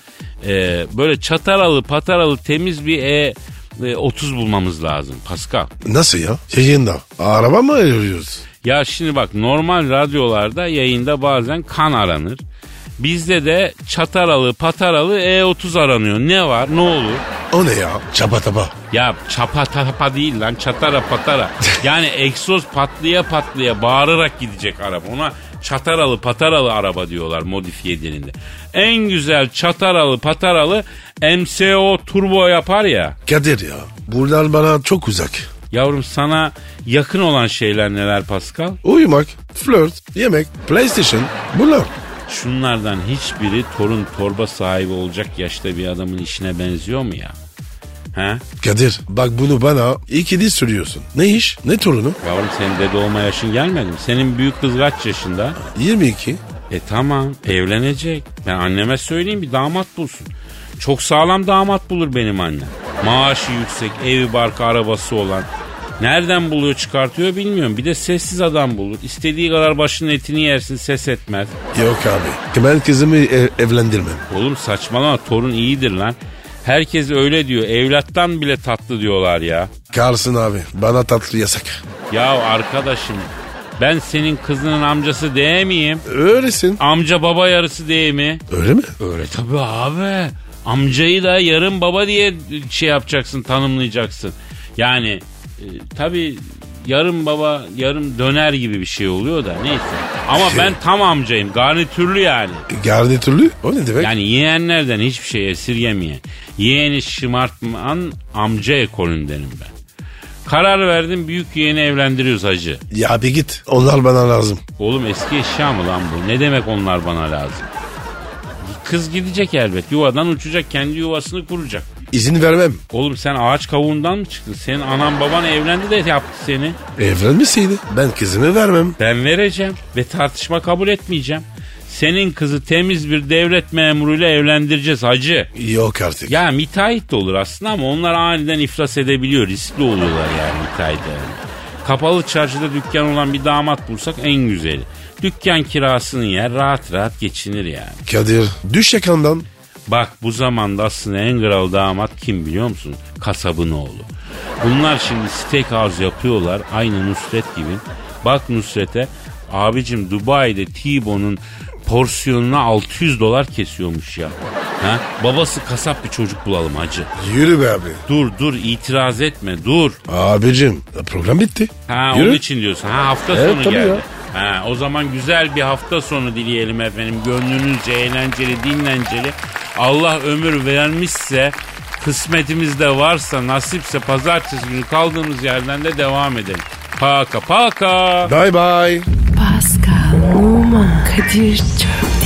B: E, böyle çataralı pataralı temiz bir E 30 bulmamız lazım Pascal.
C: Nasıl ya? Yayında. Araba mı arıyoruz?
B: Ya şimdi bak normal radyolarda yayında bazen kan aranır. Bizde de çataralı pataralı E30 aranıyor. Ne var ne olur?
C: O ne ya? Çapa tapa.
B: Ya çapa tapa değil lan çatara patara. Yani egzoz patlaya patlaya bağırarak gidecek araba. Ona çataralı pataralı araba diyorlar modifiye dilinde. En güzel çataralı pataralı MSO turbo yapar ya.
C: Kadir ya. Buradan bana çok uzak.
B: Yavrum sana yakın olan şeyler neler Pascal?
C: Uyumak, flört, yemek, PlayStation. Bunlar.
B: Şunlardan hiçbiri torun torba sahibi olacak yaşta bir adamın işine benziyor mu ya? He?
C: Kadir bak bunu bana iki diz sürüyorsun. Ne iş? Ne torunu?
B: Yavrum senin dede olma yaşın gelmedi mi? Senin büyük kız kaç yaşında?
C: 22.
B: E tamam evlenecek. Ben anneme söyleyeyim bir damat bulsun. Çok sağlam damat bulur benim annem. Maaşı yüksek, evi barkı arabası olan. Nereden buluyor çıkartıyor bilmiyorum. Bir de sessiz adam bulur. İstediği kadar başının etini yersin ses etmez.
C: Yok abi. Ben kızımı e- evlendirmem.
B: Oğlum saçmalama torun iyidir lan. Herkes öyle diyor. Evlattan bile tatlı diyorlar ya.
C: Kalsın abi. Bana tatlı yasak.
B: Ya arkadaşım ben senin kızının amcası değil miyim?
C: Öylesin.
B: Amca baba yarısı değil mi?
C: Öyle mi?
B: Öyle tabii abi. Amcayı da yarın baba diye şey yapacaksın, tanımlayacaksın. Yani e, tabii yarım baba, yarım döner gibi bir şey oluyor da neyse. Ama ben tam amcayım, garnitürlü yani.
C: Garnitürlü? O ne demek?
B: Yani yeğenlerden hiçbir şey esirgemeyen, yeğeni şımartman amca ekolündenim ben. Karar verdim büyük yeğeni evlendiriyoruz hacı.
C: Ya bir git. Onlar bana lazım.
B: Oğlum eski eşya mı lan bu? Ne demek onlar bana lazım? Kız gidecek elbet. Yuvadan uçacak. Kendi yuvasını kuracak.
C: İzin vermem.
B: Oğlum sen ağaç kavuğundan mı çıktın? Senin anan baban evlendi de yaptı seni.
C: Evlenmeseydi ben kızımı vermem.
B: Ben vereceğim ve tartışma kabul etmeyeceğim. Senin kızı temiz bir devlet memuruyla evlendireceğiz hacı.
C: Yok artık.
B: Ya müteahhit de olur aslında ama onlar aniden iflas edebiliyor. Riskli oluyorlar yani müteahhit yani. Kapalı çarşıda dükkan olan bir damat bulsak en güzeli. Dükkan kirasını yer rahat rahat geçinir yani.
C: Kadir düş yakandan.
B: Bak bu zamanda aslında en kral damat kim biliyor musun? Kasabın oğlu. Bunlar şimdi steakhouse yapıyorlar aynı Nusret gibi. Bak Nusret'e abicim Dubai'de T-Bone'un porsiyonuna 600 dolar kesiyormuş ya. Ha? Babası kasap bir çocuk bulalım hacı.
C: Yürü be abi.
B: Dur dur itiraz etme dur.
C: Abicim program bitti.
B: Ha
C: Yürü.
B: onun için diyorsun. Ha hafta
C: Evet,
B: sonu
C: tabii
B: geldi.
C: ya.
B: Ha o zaman güzel bir hafta sonu dileyelim efendim. Gönlünüzce eğlenceli, dinlenceli. Allah ömür vermişse Kısmetimizde varsa nasipse pazartesi günü kaldığımız yerden de devam edelim. Paka paka.
C: Bye bye.
A: Pascal, Oman, Kadir çok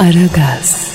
A: Aragaz.